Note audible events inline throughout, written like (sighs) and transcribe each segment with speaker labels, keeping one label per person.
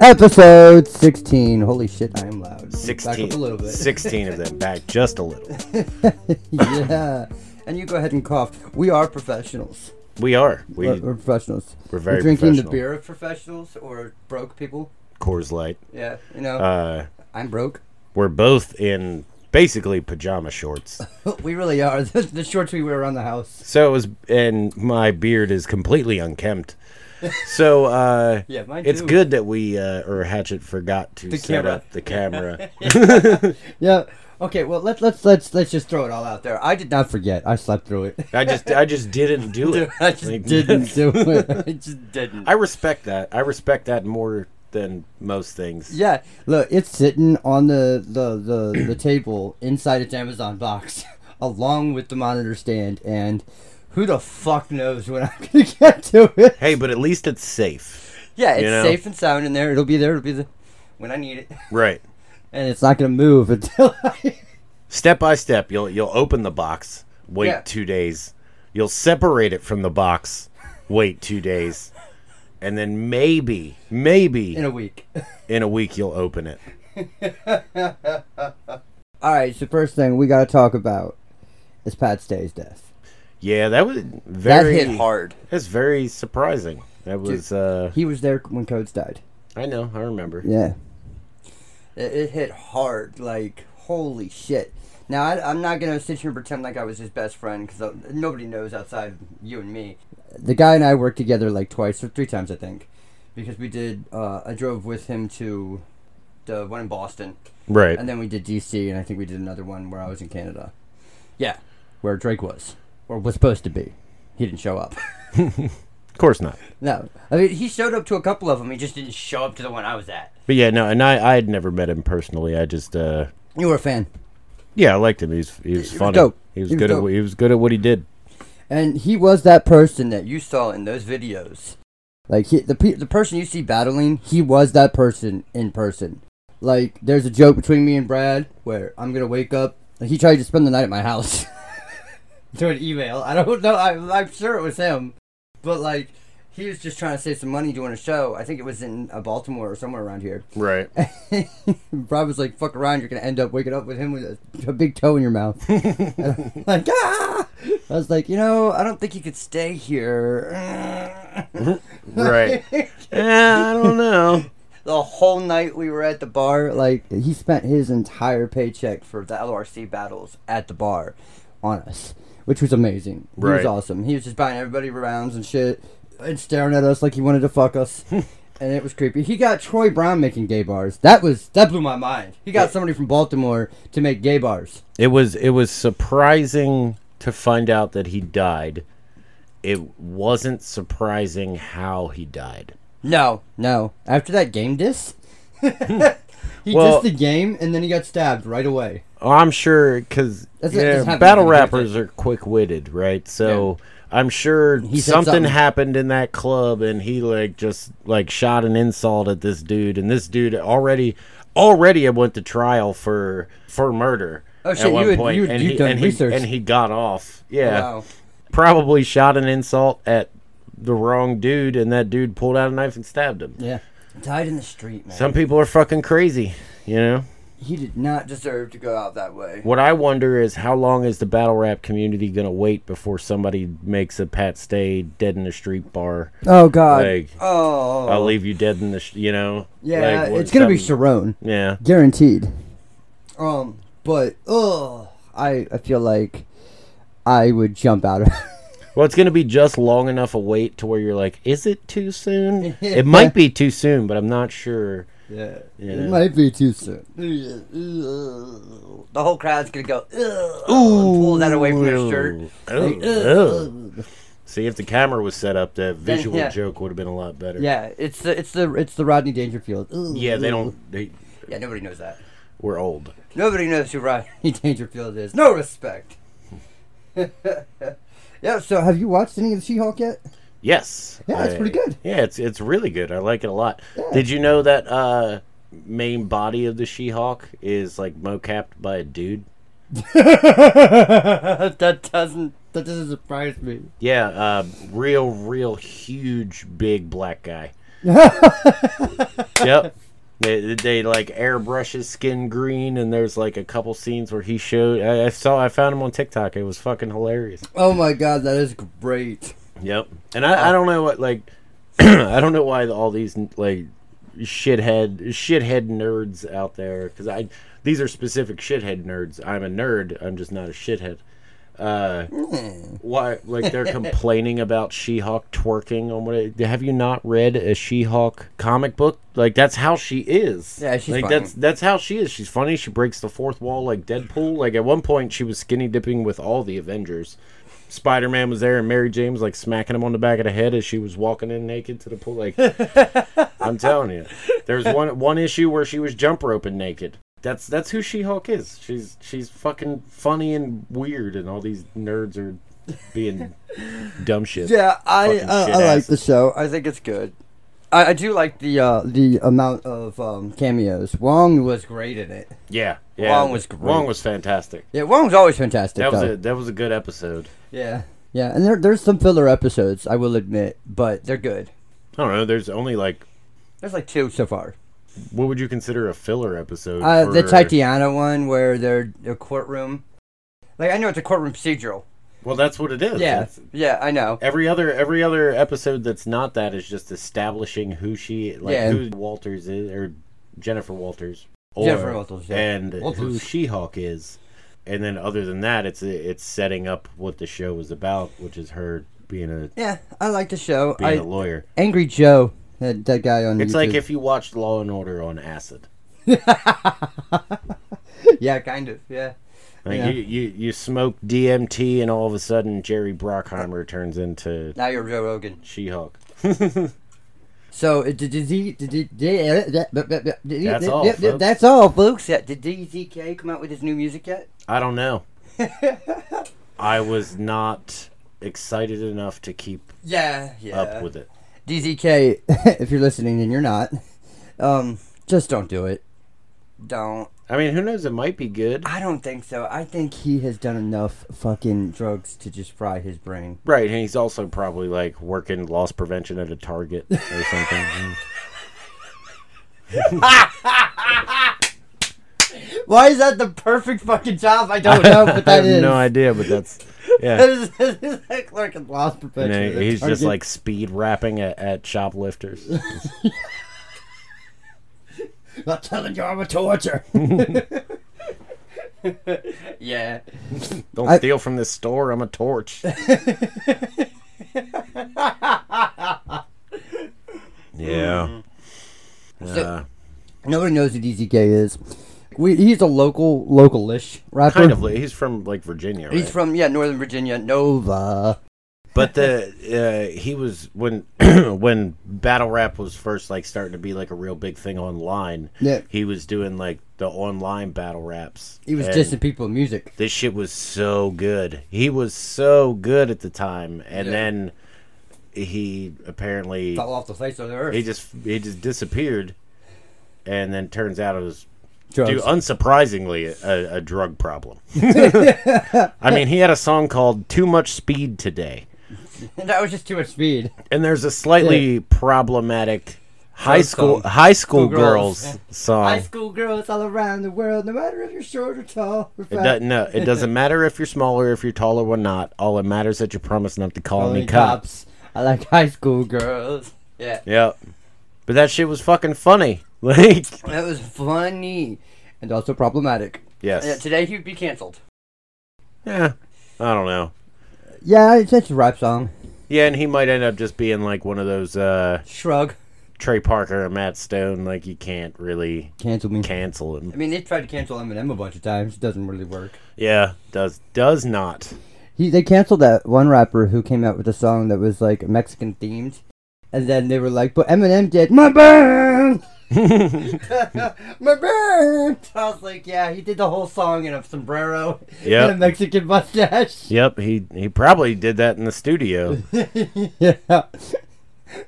Speaker 1: Episode 16. Holy shit, I am loud. Back
Speaker 2: 16,
Speaker 1: up a little bit.
Speaker 2: 16 of them back just a little.
Speaker 1: (laughs) yeah. And you go ahead and cough. We are professionals.
Speaker 2: We are. We,
Speaker 1: We, are professionals.
Speaker 2: we're very
Speaker 1: We're drinking
Speaker 2: professional.
Speaker 1: the beer of professionals or broke people.
Speaker 2: Coors Light.
Speaker 1: Yeah, you know,
Speaker 2: Uh,
Speaker 1: I'm broke. (laughs)
Speaker 2: we're both in basically pajama shorts.
Speaker 1: we really are. (laughs) The, the shorts we wear around the house.
Speaker 2: So it was, and my beard is completely unkempt.
Speaker 1: (laughs)
Speaker 2: So uh,
Speaker 1: Yeah, mine
Speaker 2: it's
Speaker 1: too.
Speaker 2: good that we uh, or Hatchet forgot to
Speaker 1: The
Speaker 2: set
Speaker 1: camera.
Speaker 2: up the camera.
Speaker 1: Yeah. Okay, well, let's let's let's let's just throw it all out there. I did not forget. I slept through it. (laughs)
Speaker 2: I just I just didn't do it.
Speaker 1: I just
Speaker 2: Like, (laughs)
Speaker 1: didn't do it. I just didn't.
Speaker 2: I respect that. I respect that more than most things.
Speaker 1: Yeah, look, it's sitting on the the the, the table inside its Amazon box, (laughs) along with the monitor stand, and who the fuck knows when I'm (laughs) gonna get to it?
Speaker 2: Hey, but at least it's safe.
Speaker 1: (laughs) Yeah, it's
Speaker 2: You know?
Speaker 1: safe and sound in there. It'll be there. It'll be the when I need it, (laughs)
Speaker 2: Right.
Speaker 1: and it's not gonna move (laughs) until I.
Speaker 2: step by step you'll you'll open the box wait
Speaker 1: Yeah.
Speaker 2: two days you'll separate it from the box wait two days and then maybe maybe
Speaker 1: in
Speaker 2: in
Speaker 1: a week. (laughs)
Speaker 2: a, week you'll open it
Speaker 1: All right, so first thing we gotta talk about is Pat Stay's death.
Speaker 2: yeah that was very
Speaker 1: that hit hard.
Speaker 2: that's very surprising that was uh
Speaker 1: He was there when Codes died.
Speaker 2: i know i remember
Speaker 1: Yeah. It, it hit hard. Like, holy shit. Now, I, I'm not going to sit here and pretend like I was his best friend because nobody knows outside of you and me. The guy and I worked together like twice or three times, I think, because we did, uh, I drove with him to the one in Boston,
Speaker 2: right
Speaker 1: and then we did DC, and I think we did another one where I was in Canada. Yeah, where Drake was, or was supposed to be. He didn't show up.
Speaker 2: of course not
Speaker 1: no. I mean, he showed up to a couple of them, he just didn't show up to the one I was at.
Speaker 2: but yeah no and i i had never met him personally i just uh
Speaker 1: You were a fan.
Speaker 2: yeah i liked him he was he
Speaker 1: He
Speaker 2: was
Speaker 1: was
Speaker 2: funny
Speaker 1: dope.
Speaker 2: he was
Speaker 1: He was
Speaker 2: good at
Speaker 1: dope.
Speaker 2: what- he was good at what he did
Speaker 1: And he was that person that you saw in those videos. Like he, the pe- the person you see battling, he was that person in person. Like there's a joke between me and Brad where I'm gonna wake up. He tried to spend the night at my house (laughs) through an email. I don't know. I, I'm sure it was him, but like he was just trying to save some money doing a show. I think it was in uh, Baltimore or somewhere around here.
Speaker 2: right
Speaker 1: (laughs) Brad was like, "Fuck around, you're gonna end up waking up with him with a, a big toe in your mouth." (laughs) And I'm like, ah! I was like, you know, I don't think you could stay here.
Speaker 2: (laughs) right yeah Eh, i don't know
Speaker 1: the whole night we were at the bar, like he spent his entire paycheck for the LRC battles at the bar on us, which was amazing. He was
Speaker 2: Right.
Speaker 1: awesome. He was just buying everybody rounds and shit, and staring at us like he wanted to fuck
Speaker 2: (laughs)
Speaker 1: us. And it was creepy. He got Troy Brown making gay bars. That was that blew my mind. He got somebody from Baltimore to make gay bars.
Speaker 2: it was it was surprising to find out that he died. It wasn't surprising how he died.
Speaker 1: No, no. After that game diss, (laughs) he
Speaker 2: Well-
Speaker 1: dissed the game and then he got stabbed right away.
Speaker 2: Oh, I'm sure because
Speaker 1: That's- that's happened
Speaker 2: battle
Speaker 1: to me, that's
Speaker 2: rappers are quick witted, right? So I'm sure
Speaker 1: He said
Speaker 2: something,
Speaker 1: something.
Speaker 2: happened in that club, and he like just like shot an insult at this dude, and this dude already already had went to trial for for murder.
Speaker 1: Oh,
Speaker 2: at
Speaker 1: shit, you
Speaker 2: one
Speaker 1: had-
Speaker 2: point,
Speaker 1: you had-
Speaker 2: and
Speaker 1: you'd
Speaker 2: he,
Speaker 1: done
Speaker 2: and he-
Speaker 1: research.
Speaker 2: and he got off. Yeah.
Speaker 1: Wow.
Speaker 2: probably shot an insult at the wrong dude, and that dude pulled out a knife and stabbed him.
Speaker 1: Yeah. Died in the street, man.
Speaker 2: Some people are fucking crazy, you know?
Speaker 1: He did not deserve to go out that way.
Speaker 2: What I wonder is how long is the battle rap community going to wait before somebody makes a Pat Stay dead in the street bar?
Speaker 1: Oh God.
Speaker 2: Like,
Speaker 1: oh.
Speaker 2: I'll leave you dead in the, sh- you know?
Speaker 1: yeah,
Speaker 2: Like, what-
Speaker 1: it's gonna be
Speaker 2: some-
Speaker 1: Sharon,
Speaker 2: Yeah.
Speaker 1: guaranteed. Um, but oh, I I feel like I would jump out of. (laughs)
Speaker 2: Well, it's going to be just long enough a wait to where you're like, is it
Speaker 1: (laughs)
Speaker 2: too soon? it might be too soon, but I'm not sure.
Speaker 1: yeah.
Speaker 2: Yeah.
Speaker 1: It might be too soon. The whole crowd's gonna go. Ooh. Pull that away from their shirt.
Speaker 2: Ooh,
Speaker 1: Like,
Speaker 2: ooh.
Speaker 1: ugh, ugh.
Speaker 2: See, if the camera was set up, that
Speaker 1: Then,
Speaker 2: visual
Speaker 1: yeah.
Speaker 2: joke would have been a lot better.
Speaker 1: Yeah, it's the it's the it's the Rodney Dangerfield. Ooh,
Speaker 2: Yeah, they
Speaker 1: ooh.
Speaker 2: don't. They
Speaker 1: Yeah, nobody knows that.
Speaker 2: we're old.
Speaker 1: Nobody knows who Rodney (laughs) Dangerfield is. No respect. (laughs) yeah, so have you watched any of the She Hulk yet?
Speaker 2: Yes.
Speaker 1: Yeah, it's
Speaker 2: I-
Speaker 1: pretty good.
Speaker 2: Yeah, it's it's really good. I like it a lot. Did you know that uh main body of the She-Hulk is like mocapped by a dude?
Speaker 1: (laughs) that doesn't that doesn't surprise me.
Speaker 2: um, Yeah, uh, real, real huge, big black guy. yep. They, they like airbrush his skin green, and there's like a couple scenes where he showed. I, I saw, I found him on TikTok. It was fucking hilarious.
Speaker 1: Oh my god, that is great.
Speaker 2: Yep. And I, I don't know what like, (clears throat) I don't know why all these like shithead shithead nerds out there because I these are specific shithead nerds. I'm a nerd. I'm just not a shithead. Uh,
Speaker 1: Hmm.
Speaker 2: why like
Speaker 1: (laughs)
Speaker 2: they're complaining about She-Hulk twerking on what? it- Have you not read a She-Hulk comic book? Like that's how she is.
Speaker 1: Yeah, she's
Speaker 2: like
Speaker 1: funny.
Speaker 2: that's that's how she is. She's funny. She breaks the fourth wall like Deadpool. Like at one point she was skinny dipping with all the Avengers. Spider Man was there and Mary Jane was like smacking him on the back of the head as she was walking in naked to the pool. Like, I'm telling you, there's one one issue where she was jump roping naked. That's that's who She Hulk is. She's she's fucking funny and weird, and all these nerds are being dumb shit.
Speaker 1: Yeah, I
Speaker 2: Fucking
Speaker 1: uh,
Speaker 2: shit
Speaker 1: I like
Speaker 2: asses.
Speaker 1: the show. I think it's good. I, I do like the uh, the amount of um, cameos. Wong was great in it.
Speaker 2: yeah. yeah.
Speaker 1: Wong was great.
Speaker 2: Wong was fantastic.
Speaker 1: Yeah, Wong's always fantastic.
Speaker 2: That was
Speaker 1: though.
Speaker 2: a that was a good episode.
Speaker 1: Yeah, yeah, and there, there's some filler episodes. I will admit, but they're good.
Speaker 2: I don't know. There's only like
Speaker 1: There's like two so far.
Speaker 2: what would you consider a filler episode?
Speaker 1: Uh, the
Speaker 2: for-
Speaker 1: Titiana one where they're a courtroom. Like I know it's a courtroom procedural.
Speaker 2: Well, that's what it is.
Speaker 1: Yeah,
Speaker 2: It's-
Speaker 1: yeah, I know.
Speaker 2: Every other every other episode that's not that is just establishing who she like
Speaker 1: Yeah.
Speaker 2: who Walters is or Jennifer Walters or
Speaker 1: Jennifer Walters, yeah.
Speaker 2: and who
Speaker 1: Walters.
Speaker 2: She Hulk is, and then other than that, it's it's setting up what the show is about, which is her being a
Speaker 1: Yeah, I like the show.
Speaker 2: being a
Speaker 1: I
Speaker 2: lawyer.
Speaker 1: Angry Joe, that, that guy on
Speaker 2: It's
Speaker 1: YouTube.
Speaker 2: like if you watched Law and Order on acid.
Speaker 1: yeah, kind of, yeah.
Speaker 2: Like
Speaker 1: Yeah.
Speaker 2: you, you, you smoke DMT and all of a sudden Jerry Brockheimer turns into
Speaker 1: Now you're Joe Rogan.
Speaker 2: She (laughs) Hulk.
Speaker 1: So uh, did did he did he- did he-
Speaker 2: That's all,
Speaker 1: did- did-
Speaker 2: folks.
Speaker 1: That's all, folks. Yeah, Did DZK come out with his new music yet?
Speaker 2: I don't know. (laughs) I was not excited enough to keep
Speaker 1: Yeah, yeah.
Speaker 2: up with it.
Speaker 1: DZK, (laughs) if you're listening and you're not, um, just don't do it. Don't.
Speaker 2: I mean, who knows? It might be good.
Speaker 1: I don't think so. I think he has done enough fucking drugs to just fry his brain.
Speaker 2: Right, and he's also probably like working loss prevention at a Target or
Speaker 1: (laughs)
Speaker 2: something.
Speaker 1: Why is that the perfect fucking job? I don't know, but
Speaker 2: (laughs) I
Speaker 1: that
Speaker 2: have
Speaker 1: is.
Speaker 2: no
Speaker 1: (laughs)
Speaker 2: idea, but that's
Speaker 1: That
Speaker 2: yeah.
Speaker 1: is, that is like working lost
Speaker 2: You
Speaker 1: perfection.
Speaker 2: know,
Speaker 1: at a
Speaker 2: he's
Speaker 1: Target.
Speaker 2: just like speed rapping at, at shoplifters.
Speaker 1: (laughs) Not telling you I'm a
Speaker 2: (laughs)
Speaker 1: torture. (laughs) yeah. (laughs)
Speaker 2: Don't
Speaker 1: I-
Speaker 2: steal from this store. I'm a
Speaker 1: (laughs)
Speaker 2: torch. yeah. Uh,
Speaker 1: Nobody knows who DZK is. We, he's a local, localish rapper.
Speaker 2: kind of. li- He's from like Virginia.
Speaker 1: He's
Speaker 2: right?
Speaker 1: from yeah, Northern Virginia, Nova. (laughs)
Speaker 2: But the uh, he was when (clears throat) when battle rap was first like starting to be like a real big thing online.
Speaker 1: Yeah.
Speaker 2: he was doing like the online battle raps.
Speaker 1: He was
Speaker 2: and
Speaker 1: dissing people in music.
Speaker 2: this shit was so good. He was so good at the time, and
Speaker 1: Yeah.
Speaker 2: then he apparently
Speaker 1: Fell off the face of the earth.
Speaker 2: he just he just disappeared, and then turns out it was
Speaker 1: Drugs.
Speaker 2: Dude, unsurprisingly, a, a
Speaker 1: (laughs)
Speaker 2: drug problem. (laughs) I mean, he had a song called "Too Much Speed Today,"
Speaker 1: that was just too much speed.
Speaker 2: and there's a slightly problematic high
Speaker 1: Drug
Speaker 2: school
Speaker 1: song.
Speaker 2: high school
Speaker 1: School girls.
Speaker 2: girls, song.
Speaker 1: High school girls all around the world, no matter if you're short or tall or
Speaker 2: It
Speaker 1: fat.
Speaker 2: doesn't, no, it doesn't matter if you're smaller, if you're taller or not. All it matters that you promise not to call
Speaker 1: Only
Speaker 2: any cops.
Speaker 1: I like high school girls. Yeah.
Speaker 2: Yep. But that shit was fucking funny. (laughs) Like,
Speaker 1: That was funny and also problematic. Yeah,
Speaker 2: yes.
Speaker 1: today he'd be canceled.
Speaker 2: Yeah. I don't know.
Speaker 1: Yeah, it's, it's a rap song.
Speaker 2: Yeah, and he might end up just being like one of those uh,
Speaker 1: Shrug.
Speaker 2: Trey Parker and Matt Stone. Like, you can't really
Speaker 1: Cancel me.
Speaker 2: cancel
Speaker 1: I
Speaker 2: him.
Speaker 1: mean, they tried to cancel Eminem a bunch of times. It doesn't really work.
Speaker 2: Yeah, does does not. (laughs)
Speaker 1: He they canceled that one rapper who came out with a song that was like Mexican themed, and then they were like, "But Eminem did my burn, (laughs) my burn." I was like, "Yeah, he did the whole song in a sombrero
Speaker 2: Yep.
Speaker 1: and a Mexican mustache."
Speaker 2: Yep, he he probably did that in the studio.
Speaker 1: (laughs) yeah,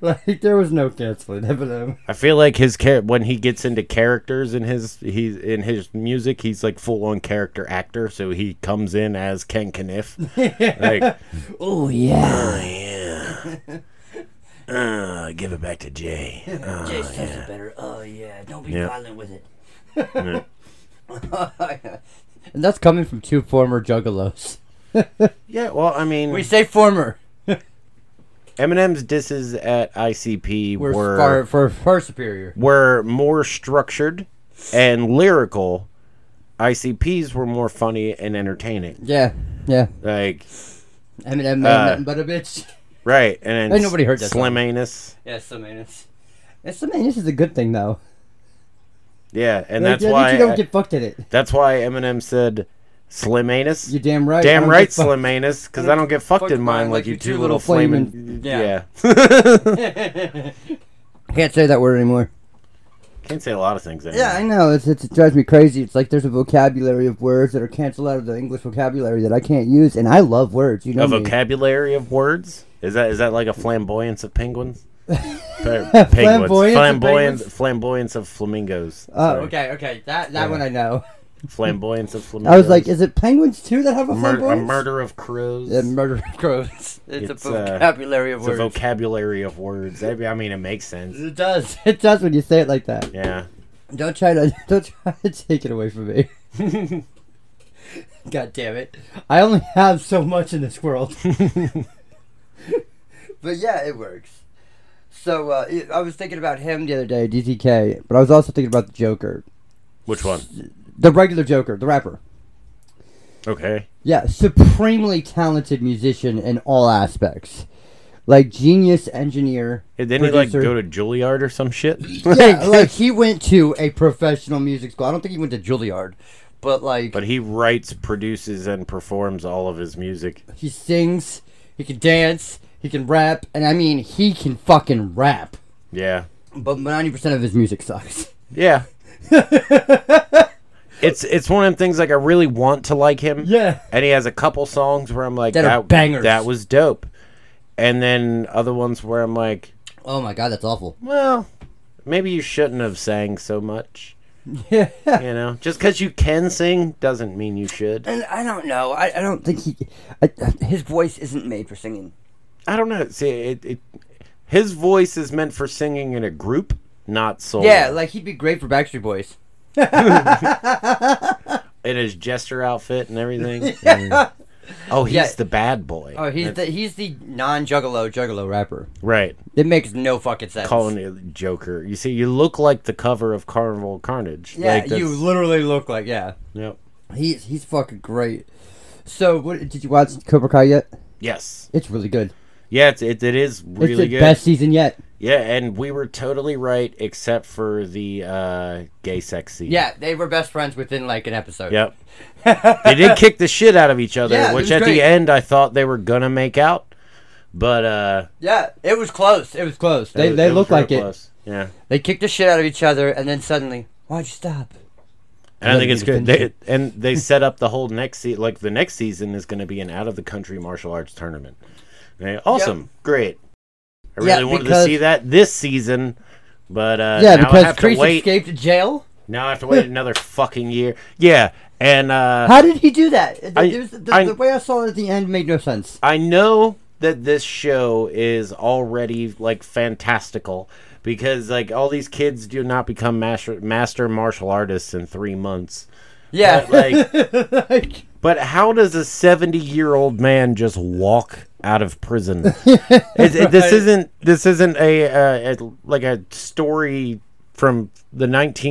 Speaker 1: like there was no canceling Eminem. (laughs)
Speaker 2: I feel like his char- when he gets into characters in his he's in his music, he's like full on character actor. So he comes in as Ken Kniff.
Speaker 1: (laughs)
Speaker 2: like,
Speaker 1: Oh yeah,
Speaker 2: oh yeah, oh uh, give it back to Jay. Uh,
Speaker 1: Jay says it better. Oh yeah, don't be
Speaker 2: Yeah.
Speaker 1: violent with it. (laughs)
Speaker 2: yeah.
Speaker 1: and that's coming from two former juggalos.
Speaker 2: Yeah, well, I mean,
Speaker 1: We say former.
Speaker 2: Eminem's disses at ICP
Speaker 1: We're
Speaker 2: were
Speaker 1: far, far, far superior.
Speaker 2: were more structured and lyrical. ICP's were more funny and entertaining.
Speaker 1: Yeah, yeah.
Speaker 2: Like
Speaker 1: Eminem made
Speaker 2: Uh,
Speaker 1: nothing but a bitch.
Speaker 2: right, and then
Speaker 1: Ain't nobody heard that
Speaker 2: Slim Anus.
Speaker 1: Yeah, some anus. And some anus is a good thing though.
Speaker 2: Yeah, and
Speaker 1: Like,
Speaker 2: that's
Speaker 1: at least
Speaker 2: why
Speaker 1: you don't
Speaker 2: I-
Speaker 1: get fucked at it.
Speaker 2: that's why Eminem said Slim Anus.
Speaker 1: You damn right. I
Speaker 2: Damn
Speaker 1: don't
Speaker 2: right,
Speaker 1: get fucked.
Speaker 2: Slim Anus, because I don't get fucked in mine like you two little flaming.
Speaker 1: flamin'-
Speaker 2: Yeah.
Speaker 1: Yeah. (laughs) Can't say that word anymore.
Speaker 2: Can't say a lot of things. Anymore.
Speaker 1: Yeah, I know. It's, it's, it drives me crazy. It's like there's a vocabulary of words that are canceled out of the English vocabulary that I can't use, and I love words. You know
Speaker 2: a
Speaker 1: me.
Speaker 2: vocabulary of words? Is that is that like a flamboyance
Speaker 1: (laughs)
Speaker 2: of penguins? Pe- penguins.
Speaker 1: Flamboyance of
Speaker 2: flamboyance,
Speaker 1: penguins?
Speaker 2: flamboyance of flamingos.
Speaker 1: Oh,
Speaker 2: Sorry.
Speaker 1: okay, okay. That that
Speaker 2: Yeah.
Speaker 1: one I know.
Speaker 2: Flamboyance of flamingos.
Speaker 1: (laughs) I was like, is it penguins too that have a
Speaker 2: Mur- a
Speaker 1: flamboyance?
Speaker 2: murder of crows.
Speaker 1: Yeah, murder (laughs) of crows. It's,
Speaker 2: It's,
Speaker 1: a
Speaker 2: uh,
Speaker 1: vocabulary of
Speaker 2: it's a
Speaker 1: words.
Speaker 2: vocabulary of words. I mean- I mean, it makes sense.
Speaker 1: it does. (laughs) It does when you say it like that.
Speaker 2: Yeah.
Speaker 1: Don't try to (laughs) don't try to take it away from me. God damn it! I only have so much in this world. but yeah, it works. So uh, it- I was thinking about him the other day, DTK, but I was also thinking about the Joker,
Speaker 2: Which one?
Speaker 1: the regular Joker, the rapper.
Speaker 2: Okay.
Speaker 1: Yeah, supremely talented musician in all aspects, like genius engineer.
Speaker 2: Hey, Didn't he like
Speaker 1: Producer.
Speaker 2: go to Juilliard or some shit?
Speaker 1: (laughs) Yeah, like he went to a professional music school. I don't think he went to Juilliard, but like
Speaker 2: But he writes, produces, and performs all of his music.
Speaker 1: He sings. He can dance. He can rap. And I mean, he can fucking rap.
Speaker 2: Yeah.
Speaker 1: But 90% of his music sucks. (laughs)
Speaker 2: Yeah. it's it's one of them things like I really want to like him.
Speaker 1: Yeah.
Speaker 2: And he has a couple songs where I'm like
Speaker 1: That are bangers.
Speaker 2: That was dope. And then other ones where I'm like,
Speaker 1: Oh my god, that's awful.
Speaker 2: well, maybe you shouldn't have sang so much.
Speaker 1: Yeah.
Speaker 2: You know, just because you can sing doesn't mean you should.
Speaker 1: And I don't know. I, I don't think he. I, his voice isn't made for singing.
Speaker 2: I don't know. See, it, it his voice is meant for singing in a group, not solo.
Speaker 1: Yeah, like he'd be great for Backstreet Boys.
Speaker 2: in his jester outfit
Speaker 1: (laughs)
Speaker 2: and everything.
Speaker 1: Yeah.
Speaker 2: Oh, he's
Speaker 1: Yeah.
Speaker 2: the bad boy.
Speaker 1: Oh, he's the he's the non Juggalo Juggalo rapper.
Speaker 2: right.
Speaker 1: It makes no fucking sense.
Speaker 2: calling it Joker. You see, you look like the cover of Carnival Carnage.
Speaker 1: yeah,
Speaker 2: like,
Speaker 1: you
Speaker 2: that's-
Speaker 1: literally look like yeah.
Speaker 2: Yep.
Speaker 1: He's he's fucking great. So, what did you watch Cobra Kai yet?
Speaker 2: Yes.
Speaker 1: It's really good.
Speaker 2: Yeah, it's, it, it is really
Speaker 1: it's the
Speaker 2: good.
Speaker 1: best season yet.
Speaker 2: Yeah, and we were totally right except for the uh, gay sex scene.
Speaker 1: Yeah, they were best friends within like an episode.
Speaker 2: Yep. they did kick the shit out of each
Speaker 1: (laughs)
Speaker 2: other,
Speaker 1: Yeah, it
Speaker 2: which
Speaker 1: was
Speaker 2: at
Speaker 1: great.
Speaker 2: the end I thought they were gonna make out, but uh,
Speaker 1: (laughs) Yeah, it was close. It was close. They
Speaker 2: it-
Speaker 1: they
Speaker 2: it
Speaker 1: looked
Speaker 2: was real
Speaker 1: like it.
Speaker 2: close. Yeah.
Speaker 1: They kicked the shit out of each other, and then suddenly, why'd you stop?
Speaker 2: And I think
Speaker 1: Let
Speaker 2: it's
Speaker 1: me
Speaker 2: good.
Speaker 1: finish
Speaker 2: They, and they set up the whole next season. Like the next season is going to be an out of the country martial arts tournament. Eh, Awesome, great. I really
Speaker 1: Yeah,
Speaker 2: wanted
Speaker 1: because-
Speaker 2: to see that this season, but uh,
Speaker 1: yeah,
Speaker 2: now I
Speaker 1: because
Speaker 2: have
Speaker 1: Chris
Speaker 2: to wait.
Speaker 1: escaped jail.
Speaker 2: Now I have to wait another fucking year. Yeah, and uh,
Speaker 1: How did he do that? The,
Speaker 2: I-
Speaker 1: it was- the-
Speaker 2: I-
Speaker 1: the way I saw it at the end made no sense.
Speaker 2: I know that this show is already like fantastical because like all these kids do not become master master martial artists in three months.
Speaker 1: Yeah, (laughs)
Speaker 2: But,
Speaker 1: like,
Speaker 2: But how does a 70 year old man just walk out of
Speaker 1: (laughs)
Speaker 2: prison? It's- it- This
Speaker 1: Right.
Speaker 2: isn't this isn't a, uh, a like a story from the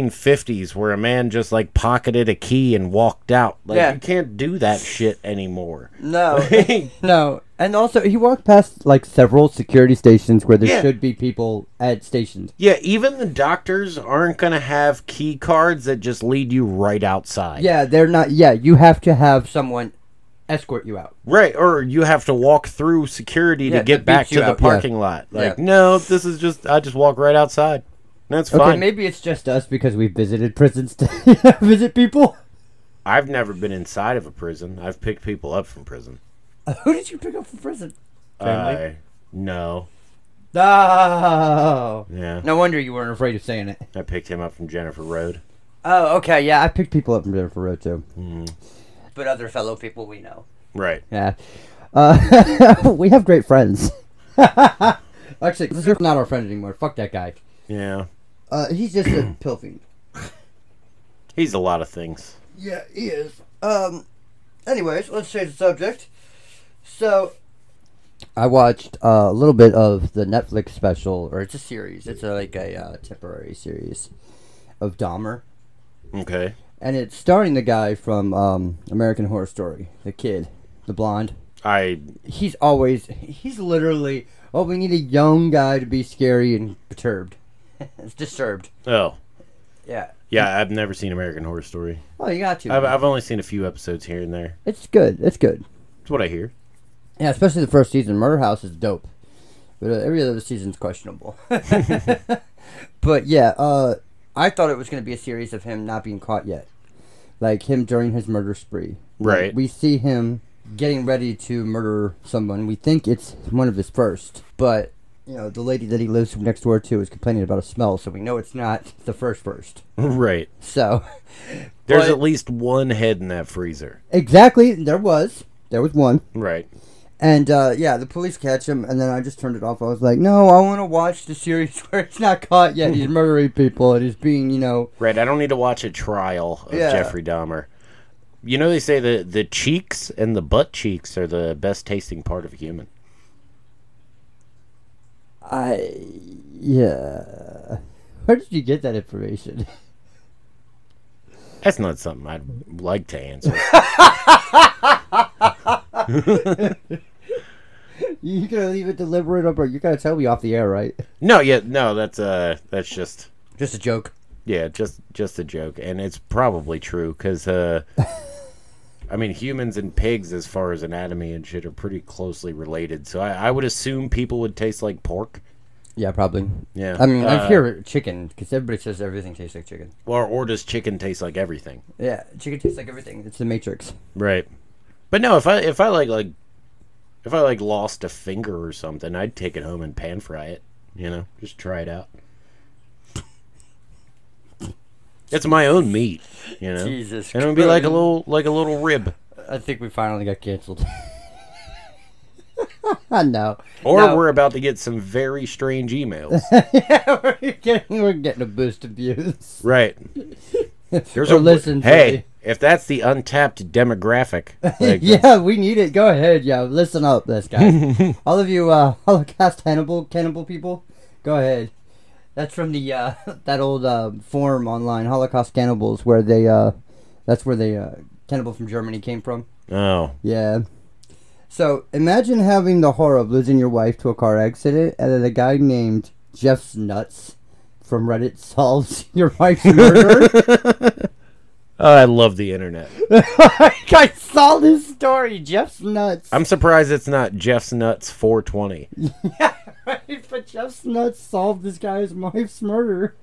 Speaker 2: 1950s where a man just like pocketed a key and walked out. Like
Speaker 1: Yeah.
Speaker 2: you can't do that shit anymore. (laughs)
Speaker 1: no,
Speaker 2: Like,
Speaker 1: (laughs) no. And also, he walked past like several security stations where there
Speaker 2: Yeah.
Speaker 1: should be people at stations.
Speaker 2: yeah, even the doctors aren't gonna have key cards that just lead you right outside.
Speaker 1: Yeah, they're not. Yeah, you have to have someone escort you out.
Speaker 2: Right, or you have to walk through security
Speaker 1: Yeah,
Speaker 2: to get
Speaker 1: that
Speaker 2: back
Speaker 1: beats
Speaker 2: to
Speaker 1: you
Speaker 2: the
Speaker 1: out, yeah.
Speaker 2: parking lot. Like,
Speaker 1: Yeah.
Speaker 2: no, this is just I just walk right outside. That's
Speaker 1: Okay,
Speaker 2: fine.
Speaker 1: maybe it's just us because we visited prisons to (laughs) visit people.
Speaker 2: I've never been inside of a prison. I've picked people up from prison.
Speaker 1: (laughs) Who did you pick up from prison?
Speaker 2: Uh, no.
Speaker 1: No.
Speaker 2: Yeah.
Speaker 1: No wonder you weren't afraid of saying it.
Speaker 2: I picked him up from Jennifer Road.
Speaker 1: Oh, okay. Yeah, I picked people up from Jennifer Road too. But other fellow people we know.
Speaker 2: Hmm. Right.
Speaker 1: (laughs) Yeah. Uh, we have great friends. Actually, this is not our friend anymore. Fuck that guy.
Speaker 2: Yeah.
Speaker 1: Uh, he's just a (clears throat) pill fiend.
Speaker 2: He's a lot of things.
Speaker 1: Yeah, he is. Um, anyways, let's change the subject. So, I watched uh, a little bit of the Netflix special, or it's a series. It's a, like a uh, temporary series of Dahmer,
Speaker 2: Okay.
Speaker 1: and it's starring the guy from um, American Horror Story, the kid, the blonde.
Speaker 2: I
Speaker 1: He's always, he's literally. Oh, we need a young guy to be scary and perturbed. (laughs) it's disturbed.
Speaker 2: oh
Speaker 1: Yeah.
Speaker 2: yeah I've never seen American Horror Story.
Speaker 1: Oh, you got to.
Speaker 2: I've I've only seen a few episodes here and there.
Speaker 1: it's good. It's good.
Speaker 2: It's what I hear. (laughs)
Speaker 1: Yeah, especially the first season. Murder House is dope, but uh, every other season's questionable. (laughs) but yeah, uh, I thought it was going to be a series of him not being caught yet, like him during his murder spree.
Speaker 2: Right.
Speaker 1: We see him getting ready to murder someone. We think it's one of his first, but you know the lady that he lives next door to is complaining about a smell, so we know it's not the first first.
Speaker 2: right.
Speaker 1: So (laughs)
Speaker 2: There's
Speaker 1: But-
Speaker 2: at least one head in that freezer.
Speaker 1: exactly, there was there was one.
Speaker 2: Right.
Speaker 1: And uh, yeah, the police catch him, and then I just turned it off. I was like, no, I want to watch the series (laughs) where he's not caught yet. He's murdering people and he's being, you know,
Speaker 2: Right. I don't need to watch a trial of
Speaker 1: Yeah.
Speaker 2: Jeffrey Dahmer. You know they say the the cheeks and the butt cheeks are the best tasting part of a human.
Speaker 1: I yeah. Where did you get that information? (laughs)
Speaker 2: That's not something I'd like to answer.
Speaker 1: you gonna leave it deliberate, or you gotta tell me off the air, right?
Speaker 2: no, yeah, no, that's uh that's just
Speaker 1: Just a joke.
Speaker 2: yeah, just just a joke and it's probably true cuz uh I mean humans and pigs as far as anatomy and shit are pretty closely related. So I, I would assume people would taste like pork.
Speaker 1: Yeah, probably.
Speaker 2: Yeah.
Speaker 1: I mean,
Speaker 2: Uh,
Speaker 1: I hear chicken because everybody says everything tastes like chicken.
Speaker 2: Or or does chicken taste like everything?
Speaker 1: Yeah, chicken tastes like everything. It's the Matrix.
Speaker 2: Right. But no, if I if I like like if I like lost a finger or something, I'd take it home and pan fry it. You know, just try it out. It's my own meat, you know.
Speaker 1: Jesus
Speaker 2: and it would be like a
Speaker 1: Christ.
Speaker 2: little like a little rib
Speaker 1: I think we finally got canceled. (laughs) I know.
Speaker 2: or
Speaker 1: No.
Speaker 2: we're about to get some very strange
Speaker 1: (laughs)
Speaker 2: emails.
Speaker 1: yeah, we're getting, we're getting a boost of views.
Speaker 2: right. There's
Speaker 1: (laughs) Or
Speaker 2: a
Speaker 1: listen to
Speaker 2: Hey,
Speaker 1: me.
Speaker 2: if that's the
Speaker 1: (laughs)
Speaker 2: untapped demographic. Like,
Speaker 1: yeah, we need it. Go ahead, yeah. Listen up, this
Speaker 2: (laughs)
Speaker 1: guy. all of you, uh, (laughs) Holocaust Hannibal, cannibal people, go ahead. That's from the uh, (laughs) that old uh, forum online, Holocaust cannibals, where they uh, that's where the uh, cannibal from Germany came from. (laughs)
Speaker 2: Oh.
Speaker 1: Yeah. So imagine having the horror of losing your wife to a car accident, and then a guy named Jeff's Nuts from Reddit (laughs) solves your wife's
Speaker 2: (laughs)
Speaker 1: murder.
Speaker 2: Oh, I love the internet.
Speaker 1: I saw this story. Jeff's nuts.
Speaker 2: I'm surprised it's not Jeff's Nuts 420.
Speaker 1: (laughs) Right, but Jeff's nuts solved this guy's wife's murder.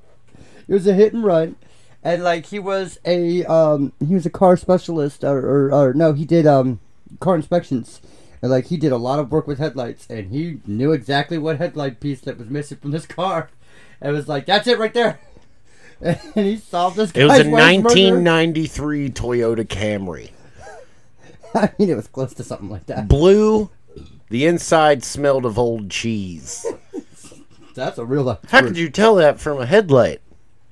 Speaker 1: It was a hit and run, and like he was a um he was a car specialist or or, or no he did um car inspections. And like he did a lot of work with headlights, and he knew exactly what headlight piece that was missing from this car, and was like, "That's it right there," (laughs) and he solved this. Guy's
Speaker 2: It was a
Speaker 1: wife's murder.
Speaker 2: 1993 Toyota Camry.
Speaker 1: (laughs) I mean, it was close to something like that.
Speaker 2: Blue. The inside smelled of old cheese.
Speaker 1: That's a real life.
Speaker 2: How could you tell that from a headlight?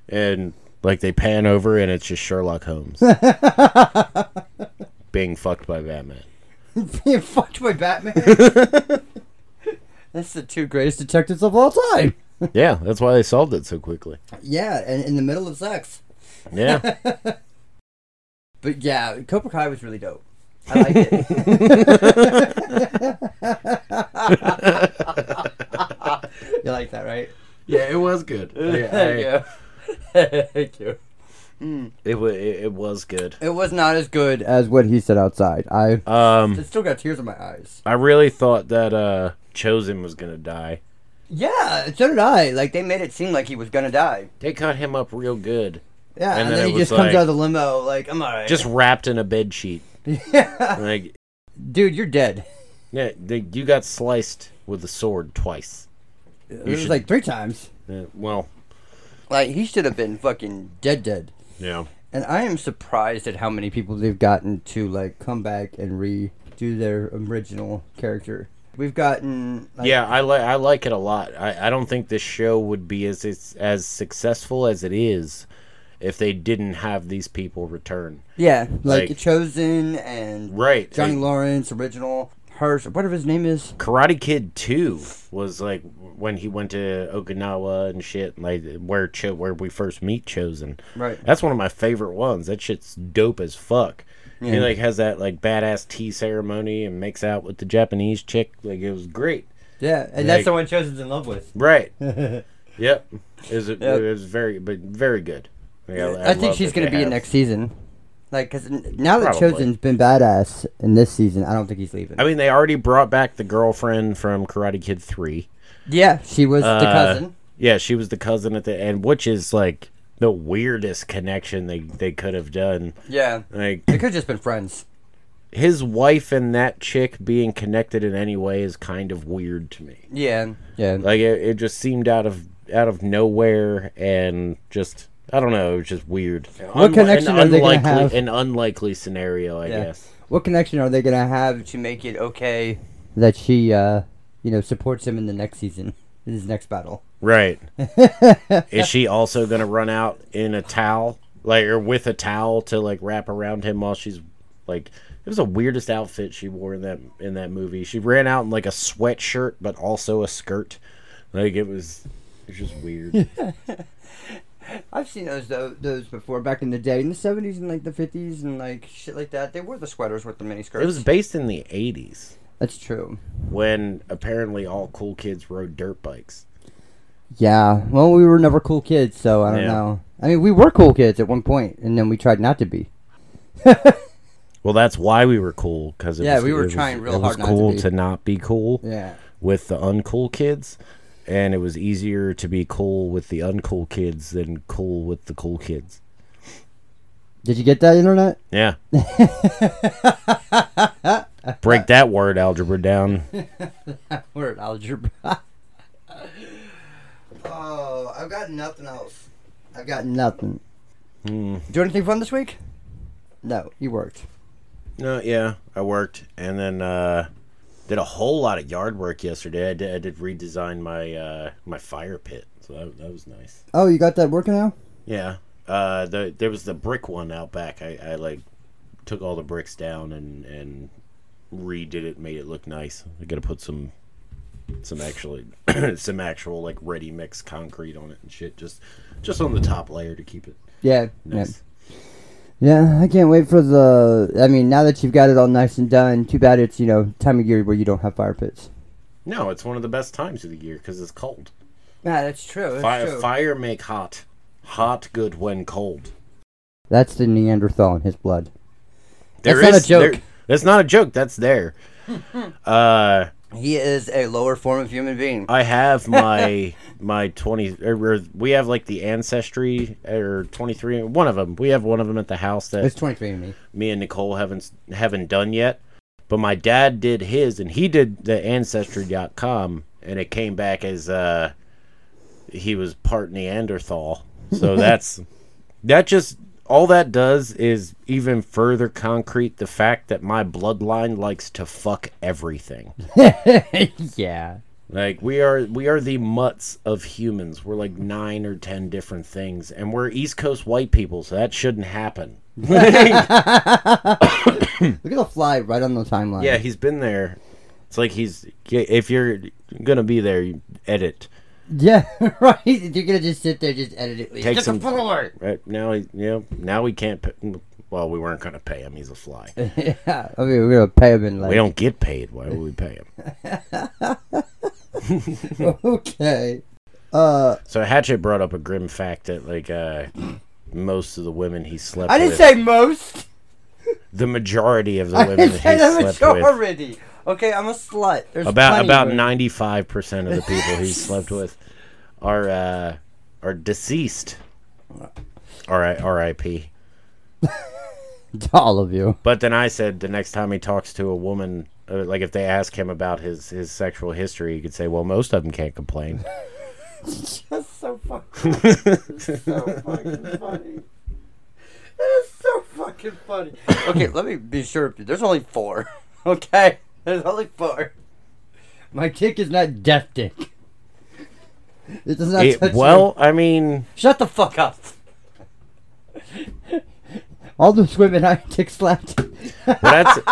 Speaker 2: And like they pan over and it's just Sherlock (laughs) Holmes being fucked by Batman.
Speaker 1: (laughs) being fucked by Batman. (laughs) That's the two greatest detectives of all time.
Speaker 2: Yeah, that's why they solved it so quickly.
Speaker 1: Yeah, and in the middle of sex.
Speaker 2: Yeah.
Speaker 1: But yeah, Cobra Kai was really dope. (laughs) I liked it. you like that, right?
Speaker 2: (laughs) (laughs) yeah, it was good.
Speaker 1: (laughs) you. Thank you.
Speaker 2: it, wa- it, it was good.
Speaker 1: It was not as good as what he said outside. I
Speaker 2: Um,
Speaker 1: still got tears in my eyes.
Speaker 2: I really thought that uh, Chosen was going to die.
Speaker 1: Yeah, so did I. Like they made it seem like he was gonna die.
Speaker 2: They cut him up real good.
Speaker 1: Yeah, and,
Speaker 2: And then
Speaker 1: then,
Speaker 2: it
Speaker 1: he
Speaker 2: was
Speaker 1: just
Speaker 2: like-
Speaker 1: comes out of the limo like I'm alright.
Speaker 2: Just wrapped in a bed sheet.
Speaker 1: (laughs) yeah.
Speaker 2: Like
Speaker 1: dude, you're dead.
Speaker 2: Yeah, they, you got sliced with a sword twice.
Speaker 1: It was
Speaker 2: should-
Speaker 1: like three times.
Speaker 2: Uh, well,
Speaker 1: Like he should have been fucking dead, dead.
Speaker 2: yeah,
Speaker 1: And I am surprised at how many people they've gotten to like come back and redo their original character. We've gotten like,
Speaker 2: yeah, I like I like it a lot. I, I don't think this show would be as as- as successful as it is if they didn't have these people return.
Speaker 1: yeah, like,
Speaker 2: Like-
Speaker 1: Chosen and
Speaker 2: Right.
Speaker 1: Johnny
Speaker 2: and
Speaker 1: Lawrence original Hirsch, whatever his name is.
Speaker 2: Karate Kid 2 was like when he went to Okinawa and shit like where Cho- where we first meet Chosen.
Speaker 1: Right.
Speaker 2: That's one of my favorite ones. That shit's dope as fuck. He
Speaker 1: Yeah.
Speaker 2: like has that like badass tea ceremony and makes out with the Japanese chick. Like it was great.
Speaker 1: Yeah, and
Speaker 2: Like-
Speaker 1: that's the one Chosen's in love with.
Speaker 2: Right. yep. Is it,
Speaker 1: Yep.
Speaker 2: it was very but very good.
Speaker 1: (laughs)
Speaker 2: Like,
Speaker 1: I, think
Speaker 2: love
Speaker 1: she's
Speaker 2: that
Speaker 1: gonna
Speaker 2: they
Speaker 1: be in
Speaker 2: have-
Speaker 1: next season. Like, cause n- now that
Speaker 2: Probably.
Speaker 1: Chosen's been badass in this season, I don't think he's leaving.
Speaker 2: I mean, they already brought back the girlfriend from Karate Kid 3.
Speaker 1: yeah, she was the
Speaker 2: Uh,
Speaker 1: cousin.
Speaker 2: Yeah, she was the cousin at the end, which is like the weirdest connection they, they could have done.
Speaker 1: Yeah,
Speaker 2: Like
Speaker 1: they could just been friends.
Speaker 2: his wife and that chick being connected in any way is kind of weird to me.
Speaker 1: Yeah, yeah,
Speaker 2: Like it, it just seemed out of out of nowhere and just I don't know, it was just weird. Unli- an
Speaker 1: connection are they gonna
Speaker 2: unlikely,
Speaker 1: have?
Speaker 2: An unlikely scenario, I
Speaker 1: Yeah.
Speaker 2: guess.
Speaker 1: What connection are they gonna have to make it okay that she, uh, you know, supports him in the next season, in his next battle? (laughs)
Speaker 2: Right. Is she also gonna run out in a towel, like or with a towel to like wrap around him while she's like? It was the weirdest outfit she wore in that in that movie. She ran out in like a sweatshirt, but also a skirt. Like it was, it was just
Speaker 1: (laughs)
Speaker 2: weird.
Speaker 1: I've seen those tho- those before back in the day, in the seventies and like the fifties and like shit like that. They wore the sweaters with the mini skirts.
Speaker 2: it was based in the '80s
Speaker 1: That's true.
Speaker 2: when apparently all cool kids rode dirt bikes.
Speaker 1: Yeah. Well, we were never cool kids, so I don't
Speaker 2: Yeah.
Speaker 1: know. I mean, we were cool kids at one point, and then we tried not to be.
Speaker 2: Well, that's why we were cool because
Speaker 1: Yeah, we were trying real
Speaker 2: it was
Speaker 1: hard not to
Speaker 2: cool
Speaker 1: be.
Speaker 2: to not be cool.
Speaker 1: Yeah.
Speaker 2: with the uncool kids, and it was easier to be cool with the uncool kids than cool with the cool kids.
Speaker 1: Did you get that internet?
Speaker 2: Yeah. (laughs) Break that word algebra down.
Speaker 1: Word algebra. (laughs) oh, I've got nothing else. I've got nothing.
Speaker 2: Hmm.
Speaker 1: Do anything fun this week? No, you worked.
Speaker 2: No, yeah, I worked, and then uh, did a whole lot of yard work yesterday. I did, I did redesign my uh, my fire pit, so that, that was nice.
Speaker 1: Oh, you got that working now?
Speaker 2: Yeah. Uh, the, there was the brick one out back. I, I like took all the bricks down and and redid it, made it look nice. I got to put some some actually (coughs) some actual like ready mix concrete on it and shit. Just just on the top layer to keep it
Speaker 1: Yeah.
Speaker 2: nice.
Speaker 1: Yeah. Yeah, I can't wait for the. I mean, now that you've got it all nice and done, too bad it's, you know, time of year where you don't have fire pits.
Speaker 2: No, it's one of the best times of the year because it's cold.
Speaker 1: Yeah, that's true. That's
Speaker 2: Fire, fire make hot, hot good when cold.
Speaker 1: That's the Neanderthal in his blood.
Speaker 2: There
Speaker 1: That's not a
Speaker 2: is- there-
Speaker 1: joke.
Speaker 2: that's not a joke. That's there. uh,
Speaker 1: He is a lower form of human being.
Speaker 2: I have my my twenty. Or, or we have like the ancestry or twenty three. One of them. We have one of them at the house that
Speaker 1: It's 23 and me.
Speaker 2: me and Nicole haven't haven't done yet. But my dad did his, and he did the ancestry.com, and it came back as uh, he was part Neanderthal. So that's that just all that does is even further concrete the fact that my bloodline likes to fuck everything.
Speaker 1: (laughs) yeah.
Speaker 2: Like we are we are the mutts of humans. We're like nine or ten different things. And we're East Coast white people, so that shouldn't happen.
Speaker 1: Look at the fly right on the timeline.
Speaker 2: yeah, he's been there. It's like he's if you're gonna be there, you edit.
Speaker 1: Yeah, (laughs) right. You're gonna just sit there, just edit it.
Speaker 2: Take
Speaker 1: Get
Speaker 2: some-
Speaker 1: the
Speaker 2: (laughs)
Speaker 1: fuck away.
Speaker 2: Right now he you know, now we can't pay, well, we weren't gonna pay him, he's a fly.
Speaker 1: (laughs)
Speaker 2: (laughs)
Speaker 1: yeah, I mean, we're gonna pay him in like.
Speaker 2: We don't get paid, why would we pay him?
Speaker 1: (laughs) okay. Uh,
Speaker 2: So Hatchet brought up a grim fact that like uh most of the women he slept
Speaker 1: I didn't
Speaker 2: with,
Speaker 1: say most.
Speaker 2: the majority of the
Speaker 1: I
Speaker 2: women
Speaker 1: didn't say
Speaker 2: that he
Speaker 1: the
Speaker 2: slept with
Speaker 1: majority. Okay, I'm a slut. There's
Speaker 2: about
Speaker 1: plenty
Speaker 2: about
Speaker 1: of-
Speaker 2: ninety five percent of the people
Speaker 1: (laughs)
Speaker 2: he slept with are uh, are deceased. R.I. R.I.P.
Speaker 1: To (laughs) all of
Speaker 2: (laughs)
Speaker 1: you.
Speaker 2: But then I said the next time he talks to a woman, uh, like if they ask him about his his sexual history, he could say, "Well, most of them can't complain."
Speaker 1: (laughs) That's so fucking. so fucking funny. That is so fucking funny. (laughs) Okay, let me be sure. There's only four. Okay, there's only four. My dick is not death dick. It does not
Speaker 2: It-
Speaker 1: touch
Speaker 2: well, I mean,
Speaker 1: me. Shut the fuck up. (laughs) All those women I dick slapped.
Speaker 2: that's (laughs)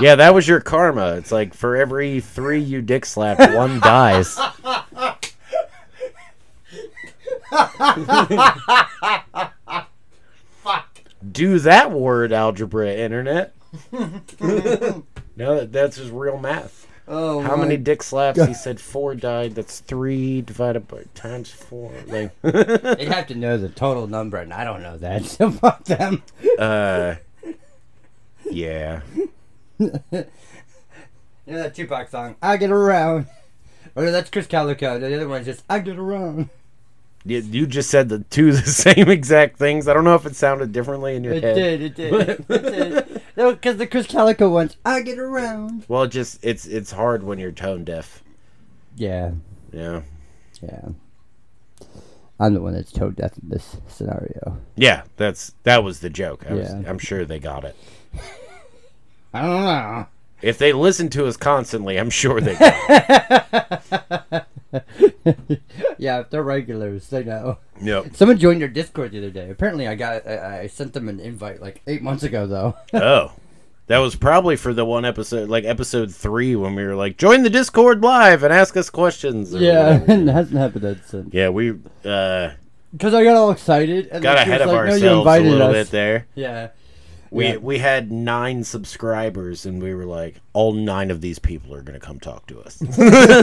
Speaker 2: yeah, that was your karma. It's like for every three you dick slap, one dies. Do that word algebra, internet. (laughs) no, that's just real math.
Speaker 1: Oh,
Speaker 2: How
Speaker 1: my
Speaker 2: many dick slaps? He said four died. That's three divided by times four. Like,
Speaker 1: They'd have to know the total number, and I don't know that. (laughs) So fuck them.
Speaker 2: uh, yeah.
Speaker 1: You know that Tupac song, I Get Around? Or no, that's Chris Calico. The other one's just, I Get Around.
Speaker 2: You, you just said the two (laughs) the same exact things. I don't know if it sounded differently in your
Speaker 1: It
Speaker 2: head.
Speaker 1: did, it did. it did. (laughs) No, because the Chris Calico one's, I Get Around.
Speaker 2: Well, it just it's it's hard when you're tone deaf.
Speaker 1: Yeah,
Speaker 2: Yeah.
Speaker 1: yeah. I'm the one that's toe deaf in this scenario.
Speaker 2: Yeah, that's that was the joke. I was,
Speaker 1: Yeah.
Speaker 2: I'm sure they got it.
Speaker 1: I don't know.
Speaker 2: If they listen to us constantly, I'm sure they got it.
Speaker 1: (laughs) Yeah, if they're regulars, they know.
Speaker 2: Yep.
Speaker 1: Someone joined your Discord the other day. Apparently, I got I, I sent them an invite like eight months ago, though.
Speaker 2: Oh. That was probably for the one episode like episode 3 when we were like join the Discord live and ask us questions. or
Speaker 1: yeah, (laughs)
Speaker 2: whatever.
Speaker 1: and it hasn't happened since.
Speaker 2: Yeah, we uh
Speaker 1: Because I got all excited. And
Speaker 2: got
Speaker 1: then she
Speaker 2: ahead
Speaker 1: was
Speaker 2: of
Speaker 1: like, "No, you
Speaker 2: ourselves a
Speaker 1: invited
Speaker 2: little
Speaker 1: us."
Speaker 2: bit there.
Speaker 1: Yeah.
Speaker 2: We
Speaker 1: Yeah.
Speaker 2: we had nine subscribers, and we were like, all nine of these people are gonna come talk to us.
Speaker 1: (laughs)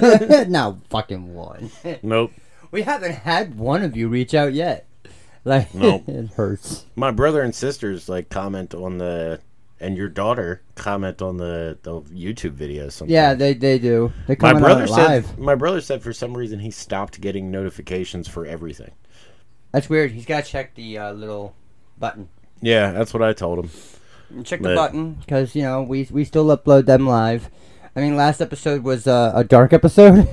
Speaker 1: now fucking one. (laughs)
Speaker 2: nope.
Speaker 1: we haven't had one of you reach out yet. (laughs) Like
Speaker 2: Nope.
Speaker 1: (laughs) it hurts.
Speaker 2: My brother and sisters like comment on the, and your daughter comment on the the YouTube video. Sometimes.
Speaker 1: Yeah, they they do. They
Speaker 2: my
Speaker 1: come out
Speaker 2: brother
Speaker 1: live.
Speaker 2: said my brother said for some reason he stopped getting notifications for everything.
Speaker 1: That's weird. He's got to check the uh, little button.
Speaker 2: Yeah, that's what I told him.
Speaker 1: Check
Speaker 2: But-
Speaker 1: the button because you know we we still upload them live. I mean, last episode was uh, a dark episode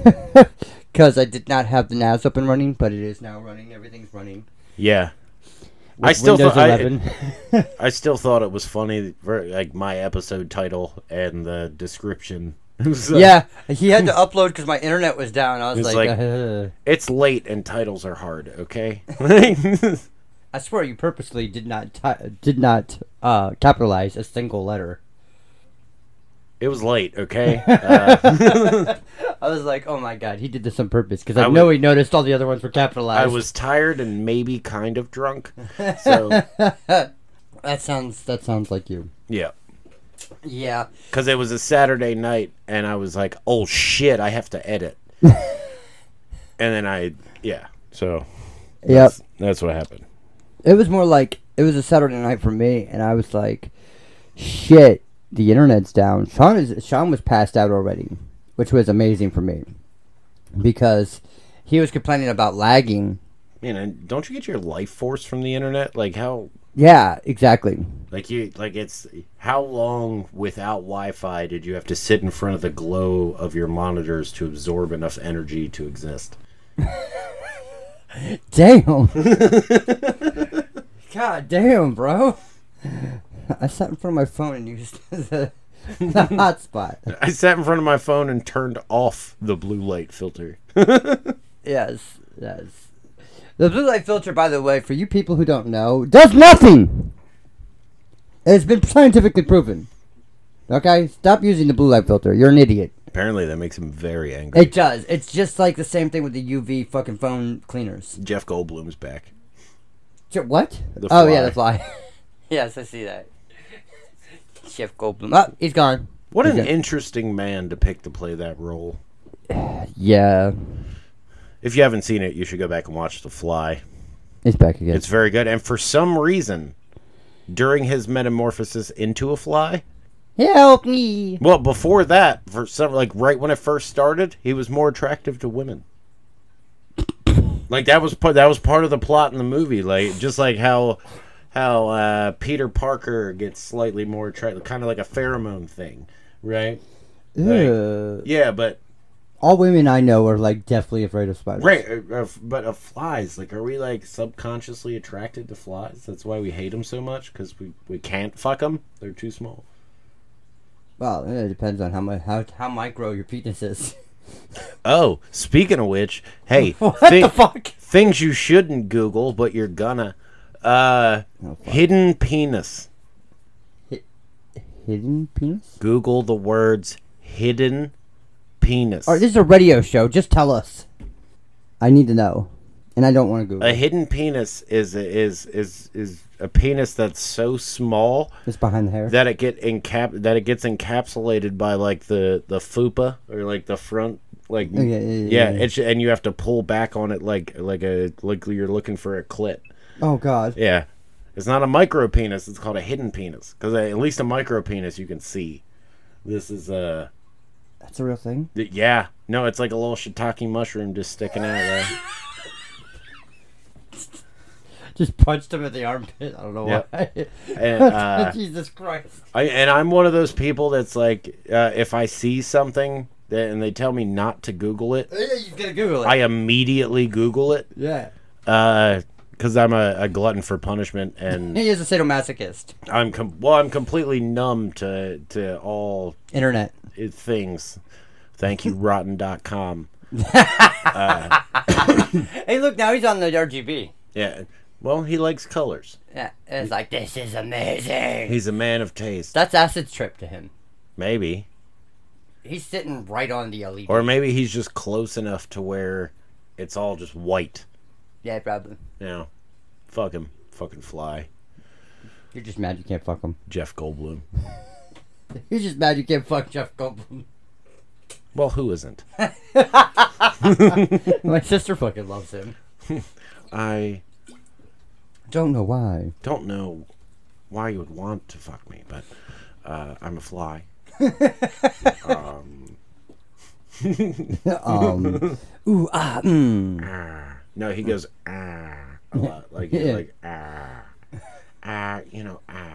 Speaker 1: (laughs) because I did not have the NAS up and running, but it is now running. Everything's running.
Speaker 2: Yeah, I
Speaker 1: with
Speaker 2: still
Speaker 1: Windows
Speaker 2: thought I- (laughs)
Speaker 1: 11.
Speaker 2: I still thought it was funny, ver- like my episode title and the description. (laughs) So,
Speaker 1: yeah, he had to upload because my internet was down. I was
Speaker 2: It's
Speaker 1: like,
Speaker 2: like-
Speaker 1: "Uh,
Speaker 2: it's late and titles are hard.
Speaker 1: (laughs)
Speaker 2: Okay. (laughs)
Speaker 1: I swear you purposely did not ty- did not uh, capitalize a single letter. (laughs)
Speaker 2: It was late, okay? Uh,
Speaker 1: I was like, oh my god, he did this on purpose because
Speaker 2: I
Speaker 1: I,
Speaker 2: was-
Speaker 1: know he noticed all the other ones were capitalized.
Speaker 2: I was tired and maybe kind of drunk. So,
Speaker 1: (laughs) that sounds that sounds like you.
Speaker 2: yeah.
Speaker 1: Yeah,
Speaker 2: Because it was a Saturday night, and I was like, oh shit, I have to edit. and then I, yeah. So,
Speaker 1: yep.
Speaker 2: that's, that's what happened.
Speaker 1: It was more like it was a Saturday night for me, and I was like, shit, the internet's down. Sean is Sean was passed out already, which was amazing for me because he was complaining about lagging.
Speaker 2: Man, and don't you get your life force from the internet? Like, how,
Speaker 1: Yeah, exactly.
Speaker 2: like, you, like, it's, how long without Wi Fi did you have to sit in front of the glow of your monitors to absorb enough energy to exist? (laughs)
Speaker 1: Damn. God damn, bro. I sat in front of my phone and used (laughs) the, the hotspot.
Speaker 2: I sat in front of my phone and turned off the blue light filter.
Speaker 1: Yes, yes. The blue light filter, by the way, for you people who don't know, does nothing. It's been scientifically proven. Okay, stop using the blue light filter. You're an idiot.
Speaker 2: Apparently, that makes him very angry.
Speaker 1: It does. It's just like the same thing with the UV fucking phone cleaners.
Speaker 2: Jeff Goldblum's back.
Speaker 1: Ch- What?
Speaker 2: The
Speaker 1: oh yeah,
Speaker 2: Fly.
Speaker 1: the fly.
Speaker 2: (laughs)
Speaker 1: yes, I see that. Jeff Goldblum. Oh, he's gone.
Speaker 2: What an
Speaker 1: Okay.
Speaker 2: interesting man to pick to play that role.
Speaker 1: Yeah,
Speaker 2: If you haven't seen it, you should go back and watch The Fly.
Speaker 1: he's back again.
Speaker 2: It's very good. And for some reason, during his metamorphosis into a fly,
Speaker 1: Help me.
Speaker 2: well, before that, for some like right when it first started, he was more attractive to women. Like that was part that was part of the plot in the movie. Like just like how how uh, Peter Parker gets slightly more attractive, kind of like a pheromone thing, right?
Speaker 1: Ugh.
Speaker 2: Yeah, but
Speaker 1: All women I know are like deathly afraid of spiders.
Speaker 2: Right, uh, uh, but of flies, like, are we like subconsciously attracted to flies? That's why we hate them so much because we we can't fuck them. They're too small.
Speaker 1: Well, it depends on how much how how micro your penis is.
Speaker 2: Oh, speaking of which, (laughs) hey,
Speaker 1: What
Speaker 2: thi-
Speaker 1: the fuck?
Speaker 2: things you shouldn't Google, but you're gonna. Uh,
Speaker 1: (laughs) Oh, fuck.
Speaker 2: hidden penis.
Speaker 1: Hidden penis?
Speaker 2: Google the words hidden penis.
Speaker 1: All right, this is a radio show. Just tell us. I need to know, and I don't want to Google.
Speaker 2: a hidden penis is is is is a penis that's so small
Speaker 1: it's behind the hair.
Speaker 2: that it get encap that it gets encapsulated by like the the fupa or like the front like
Speaker 1: Okay, Oh, yeah, yeah, yeah.
Speaker 2: it's and you have to pull back on it like like a like you're looking for a clit.
Speaker 1: oh God.
Speaker 2: Yeah. It's not a micro penis. It's called a hidden penis because at least a micro penis you can see. This is uh,
Speaker 1: That's a real thing.
Speaker 2: th- yeah, no, it's like a little shiitake mushroom just sticking out. There.
Speaker 1: Just punched him at the armpit. I don't know
Speaker 2: Yep.
Speaker 1: (laughs) why.
Speaker 2: And, uh,
Speaker 1: Jesus Christ.
Speaker 2: I, and I'm one of those people that's like, uh, if I see something that, and they tell me not to Google it,
Speaker 1: Yeah, you gotta Google it.
Speaker 2: I immediately Google it
Speaker 1: yeah.
Speaker 2: because Uh, I'm a, a glutton for punishment and
Speaker 1: He is a sadomasochist.
Speaker 2: I'm com- well, I'm completely numb to to all
Speaker 1: Internet.
Speaker 2: uh, things. Thank you, Rotten.com.
Speaker 1: Hey, look, now he's on the RGB.
Speaker 2: Yeah. Well, he likes colors.
Speaker 1: Yeah, it's like, this is amazing.
Speaker 2: He's a man of taste.
Speaker 1: That's acid trip to him.
Speaker 2: Maybe.
Speaker 1: He's sitting right on the LED.
Speaker 2: Or maybe he's just close enough to where it's all just white.
Speaker 1: yeah, probably.
Speaker 2: You know? Fuck him. Fucking fly.
Speaker 1: You're just mad you can't fuck him.
Speaker 2: Jeff Goldblum.
Speaker 1: (laughs) You're just mad you can't fuck Jeff Goldblum.
Speaker 2: Well, who isn't?
Speaker 1: (laughs) My sister fucking loves him.
Speaker 2: I
Speaker 1: Don't know why. (laughs)
Speaker 2: don't know why you would want to fuck me, but uh, I'm a fly.
Speaker 1: Um, ooh, ah, mm.
Speaker 2: Ah. No, he goes, ah,
Speaker 1: (laughs)
Speaker 2: a lot. Like, he's
Speaker 1: Yeah.
Speaker 2: like, ah, ah, you know, ah.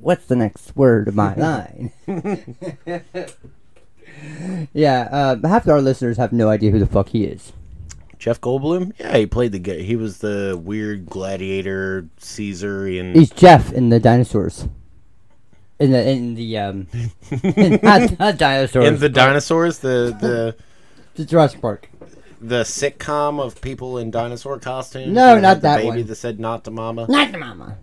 Speaker 1: What's the next word of my line? (laughs) yeah, uh, half of our listeners have no idea who the fuck he is.
Speaker 2: Jeff Goldblum? Yeah, he played the guy. He was the weird gladiator Caesar in
Speaker 1: He's Jeff in the dinosaurs. In the in the um, (laughs) in, not, not dinosaurs.
Speaker 2: in the dinosaurs,
Speaker 1: (laughs)
Speaker 2: the
Speaker 1: the Jurassic Park.
Speaker 2: the the sitcom of people in dinosaur costumes.
Speaker 1: No,
Speaker 2: and
Speaker 1: not
Speaker 2: the
Speaker 1: that
Speaker 2: baby
Speaker 1: one.
Speaker 2: that said not to mama.
Speaker 1: Not the mama.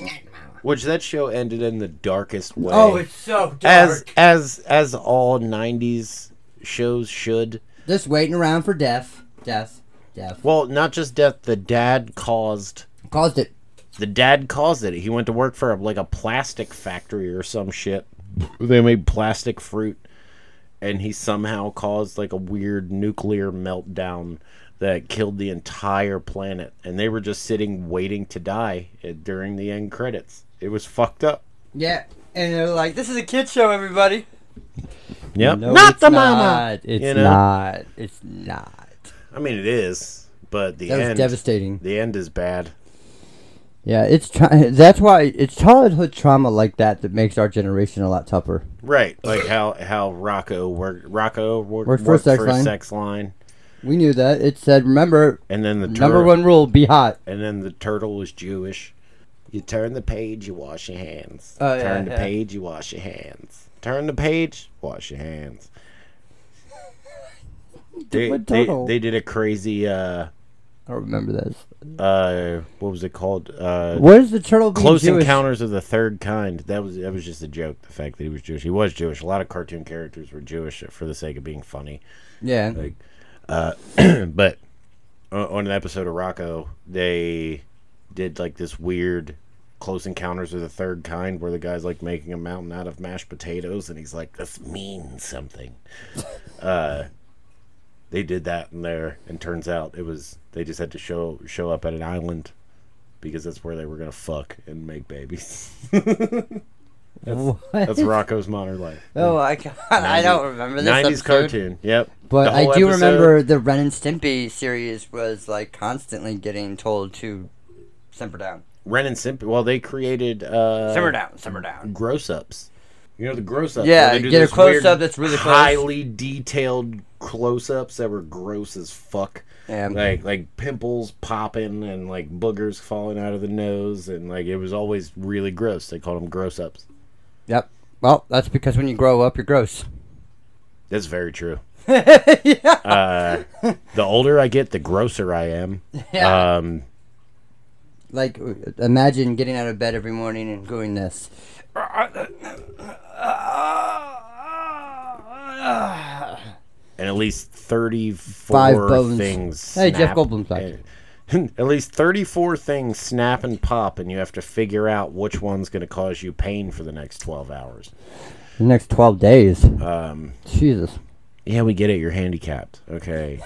Speaker 1: Not the mama.
Speaker 2: Which that show ended in the darkest way.
Speaker 1: Oh, it's so dark.
Speaker 2: as as as all '90s shows should.
Speaker 1: Just waiting around for death, death, death.
Speaker 2: Well, not just death. The dad caused.
Speaker 1: Caused it.
Speaker 2: The dad caused it. He went to work for like a plastic factory or some shit. They made plastic fruit, and he somehow caused like a weird nuclear meltdown that killed the entire planet. And they were just sitting waiting to die uh, during the end credits. It was fucked up.
Speaker 1: Yeah, and they're like, "This is a kid show, everybody."
Speaker 2: Yep.
Speaker 1: No,
Speaker 2: not
Speaker 1: it's
Speaker 2: the mama.
Speaker 1: not. It's
Speaker 2: You know?
Speaker 1: not. It's not.
Speaker 2: I mean, it is, but the
Speaker 1: That was
Speaker 2: end.
Speaker 1: devastating.
Speaker 2: the end is bad.
Speaker 1: Yeah, it's tra- that's why it's childhood trauma like that that makes our generation a lot tougher.
Speaker 2: Right, like how how Rocco worked. Rocco worked,
Speaker 1: Worked for a
Speaker 2: worked
Speaker 1: sex
Speaker 2: a
Speaker 1: line.
Speaker 2: sex line,
Speaker 1: We knew that. It said, remember,
Speaker 2: and then the
Speaker 1: number
Speaker 2: tur-
Speaker 1: one rule: be hot.
Speaker 2: and then the turtle was Jewish. You turn the page, you wash your hands.
Speaker 1: Oh, yeah,
Speaker 2: turn the
Speaker 1: yeah.
Speaker 2: page, you wash your hands. Turn the page, wash
Speaker 1: (laughs)
Speaker 2: your hands. They,
Speaker 1: What
Speaker 2: they,
Speaker 1: turtle?
Speaker 2: they did a crazy uh
Speaker 1: I don't remember this.
Speaker 2: uh what was it called uh
Speaker 1: What is the turtle? being
Speaker 2: Close
Speaker 1: Jewish?
Speaker 2: Encounters of the Third Kind. That was that was just a joke. The fact that he was Jewish, he was Jewish. A lot of cartoon characters were Jewish for the sake of being funny.
Speaker 1: Yeah.
Speaker 2: Like, uh, but o- on an episode of Rocco, they did like this weird Close Encounters of the Third Kind, where the guy's like making a mountain out of mashed potatoes, and he's like, "This means something." (laughs) uh, they did that in there, and turns out it was they just had to show show up at an island because that's where they were gonna fuck and make babies. (laughs)
Speaker 1: What?
Speaker 2: That's Rocco's modern life.
Speaker 1: (laughs) oh my god! I don't remember this.
Speaker 2: Nineties
Speaker 1: Nineties
Speaker 2: cartoon. Yep.
Speaker 1: But
Speaker 2: The
Speaker 1: I
Speaker 2: whole
Speaker 1: do
Speaker 2: episode-
Speaker 1: remember the Ren and Stimpy series was like constantly getting told to simmer down,
Speaker 2: Ren and Simpy. Well, they created uh,
Speaker 1: simmer down, simmer down.
Speaker 2: gross ups. You know the gross ups.
Speaker 1: Yeah, get a close-up that's really close.
Speaker 2: highly detailed close ups that were gross as fuck.
Speaker 1: Yeah.
Speaker 2: Like like pimples popping and like boogers falling out of the nose and like it was always really gross. They called them gross ups.
Speaker 1: Yep. Well, that's because when you grow up, you're gross.
Speaker 2: That's very true.
Speaker 1: (laughs) yeah.
Speaker 2: Uh, the older I get, the grosser I am.
Speaker 1: (laughs) Yeah.
Speaker 2: Um,
Speaker 1: Like, uh, imagine getting out of bed every morning and doing this.
Speaker 2: and at least
Speaker 1: Five
Speaker 2: 34
Speaker 1: bones.
Speaker 2: things.
Speaker 1: Hey, Jeff
Speaker 2: snap
Speaker 1: Goldblum's back.
Speaker 2: and- (laughs) At least 34 things snap and pop, and you have to figure out which one's going to cause you pain for the next 12 hours.
Speaker 1: The next 12 days.
Speaker 2: Um,
Speaker 1: Jesus.
Speaker 2: yeah, we get it. You're handicapped.
Speaker 1: (laughs)
Speaker 2: Okay.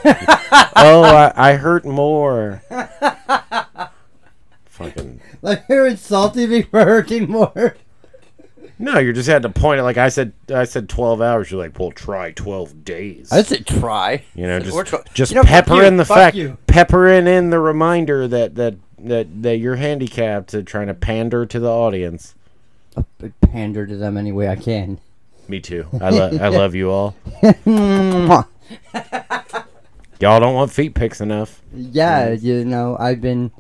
Speaker 2: oh, I, I hurt more. (laughs) Fucking.
Speaker 1: Like, you're insulting me for hurting more.
Speaker 2: No, you just had to point it. Like I said, I said 12 hours. You're like, well, try 12 days.
Speaker 1: I said try.
Speaker 2: You know,
Speaker 1: Said, "Or
Speaker 2: just
Speaker 1: try."
Speaker 2: just
Speaker 1: You know, fuck
Speaker 2: pepper
Speaker 1: you,
Speaker 2: in the
Speaker 1: fuck
Speaker 2: fact,
Speaker 1: you.
Speaker 2: pepper in, in the reminder that that that that you're handicapped to trying to pander to the audience.
Speaker 1: I pander to them any way I can.
Speaker 2: Me too. I lo- (laughs) I love you all.
Speaker 1: Mwah.
Speaker 2: Y'all don't want feet pics enough.
Speaker 1: Yeah, you know, I've been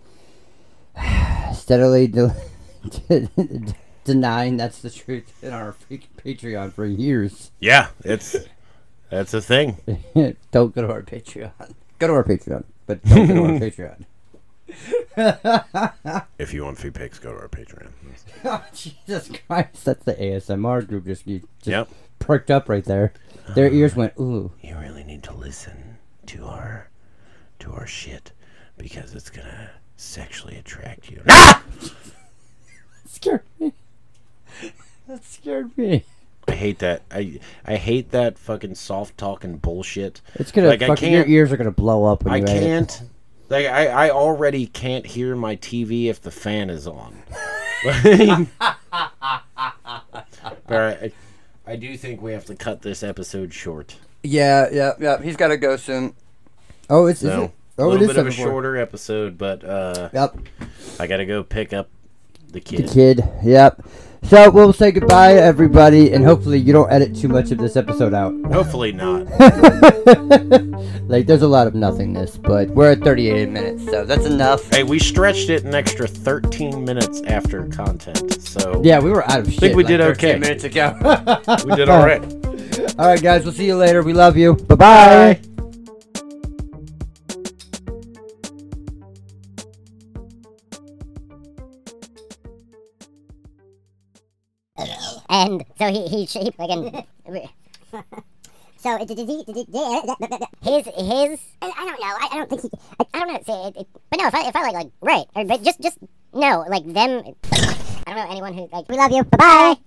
Speaker 1: (sighs) steadily de- (laughs) denying that's the truth in our freaking Patreon for years. (laughs)
Speaker 2: Yeah, it's that's a thing.
Speaker 1: don't go to our Patreon. Go to our Patreon, but don't go to
Speaker 2: (laughs)
Speaker 1: our Patreon. (laughs)
Speaker 2: If you want feet pics, go to our Patreon.
Speaker 1: Oh, Jesus Christ, that's the ASMR group just, you just
Speaker 2: Yep.
Speaker 1: perked up right there. Their ears went, ooh.
Speaker 2: You really need to listen to our to our shit because it's gonna sexually attract you. (laughs)
Speaker 1: scared me. (laughs) that scared me.
Speaker 2: I hate that. I I hate that fucking soft talking bullshit.
Speaker 1: It's gonna
Speaker 2: Like, I
Speaker 1: fucking your
Speaker 2: can't-
Speaker 1: ears are gonna blow up when
Speaker 2: I
Speaker 1: you edit.
Speaker 2: can't. Like I, I already can't hear my TV if the fan is on. (laughs) but I, I do think we have to cut this episode short.
Speaker 1: Yeah, yeah, yeah. He's gotta go soon. Oh, it's is
Speaker 2: So,
Speaker 1: it?
Speaker 2: a
Speaker 1: Oh, it is
Speaker 2: little bit of a
Speaker 1: 7:04.
Speaker 2: shorter episode, but uh,
Speaker 1: Yep.
Speaker 2: I gotta go pick up the
Speaker 1: The
Speaker 2: kid.
Speaker 1: kid. Yep. So we'll say goodbye, everybody, and hopefully you don't edit too much of this episode out. (laughs)
Speaker 2: Hopefully not.
Speaker 1: Like, there's a lot of nothingness, but we're at 38 minutes, so that's enough.
Speaker 2: hey, we stretched it an extra 13 minutes after content, so
Speaker 1: Yeah, we were out of shit.
Speaker 2: think we
Speaker 1: like
Speaker 2: did
Speaker 1: 13
Speaker 2: okay.
Speaker 1: Minutes ago. (laughs) All
Speaker 2: we did
Speaker 1: (laughs)
Speaker 2: all right.
Speaker 1: right, guys. We'll see you later. We love you. Bye-bye.
Speaker 2: Bye.
Speaker 3: And so he he she again. so did, did, he- did, he- his his. I I don't know. I, I don't think he. I, I don't know. Say, it, it, but no, if I if I like like right, or, but just just no like them. I don't know anyone who like. We love you. Bye bye.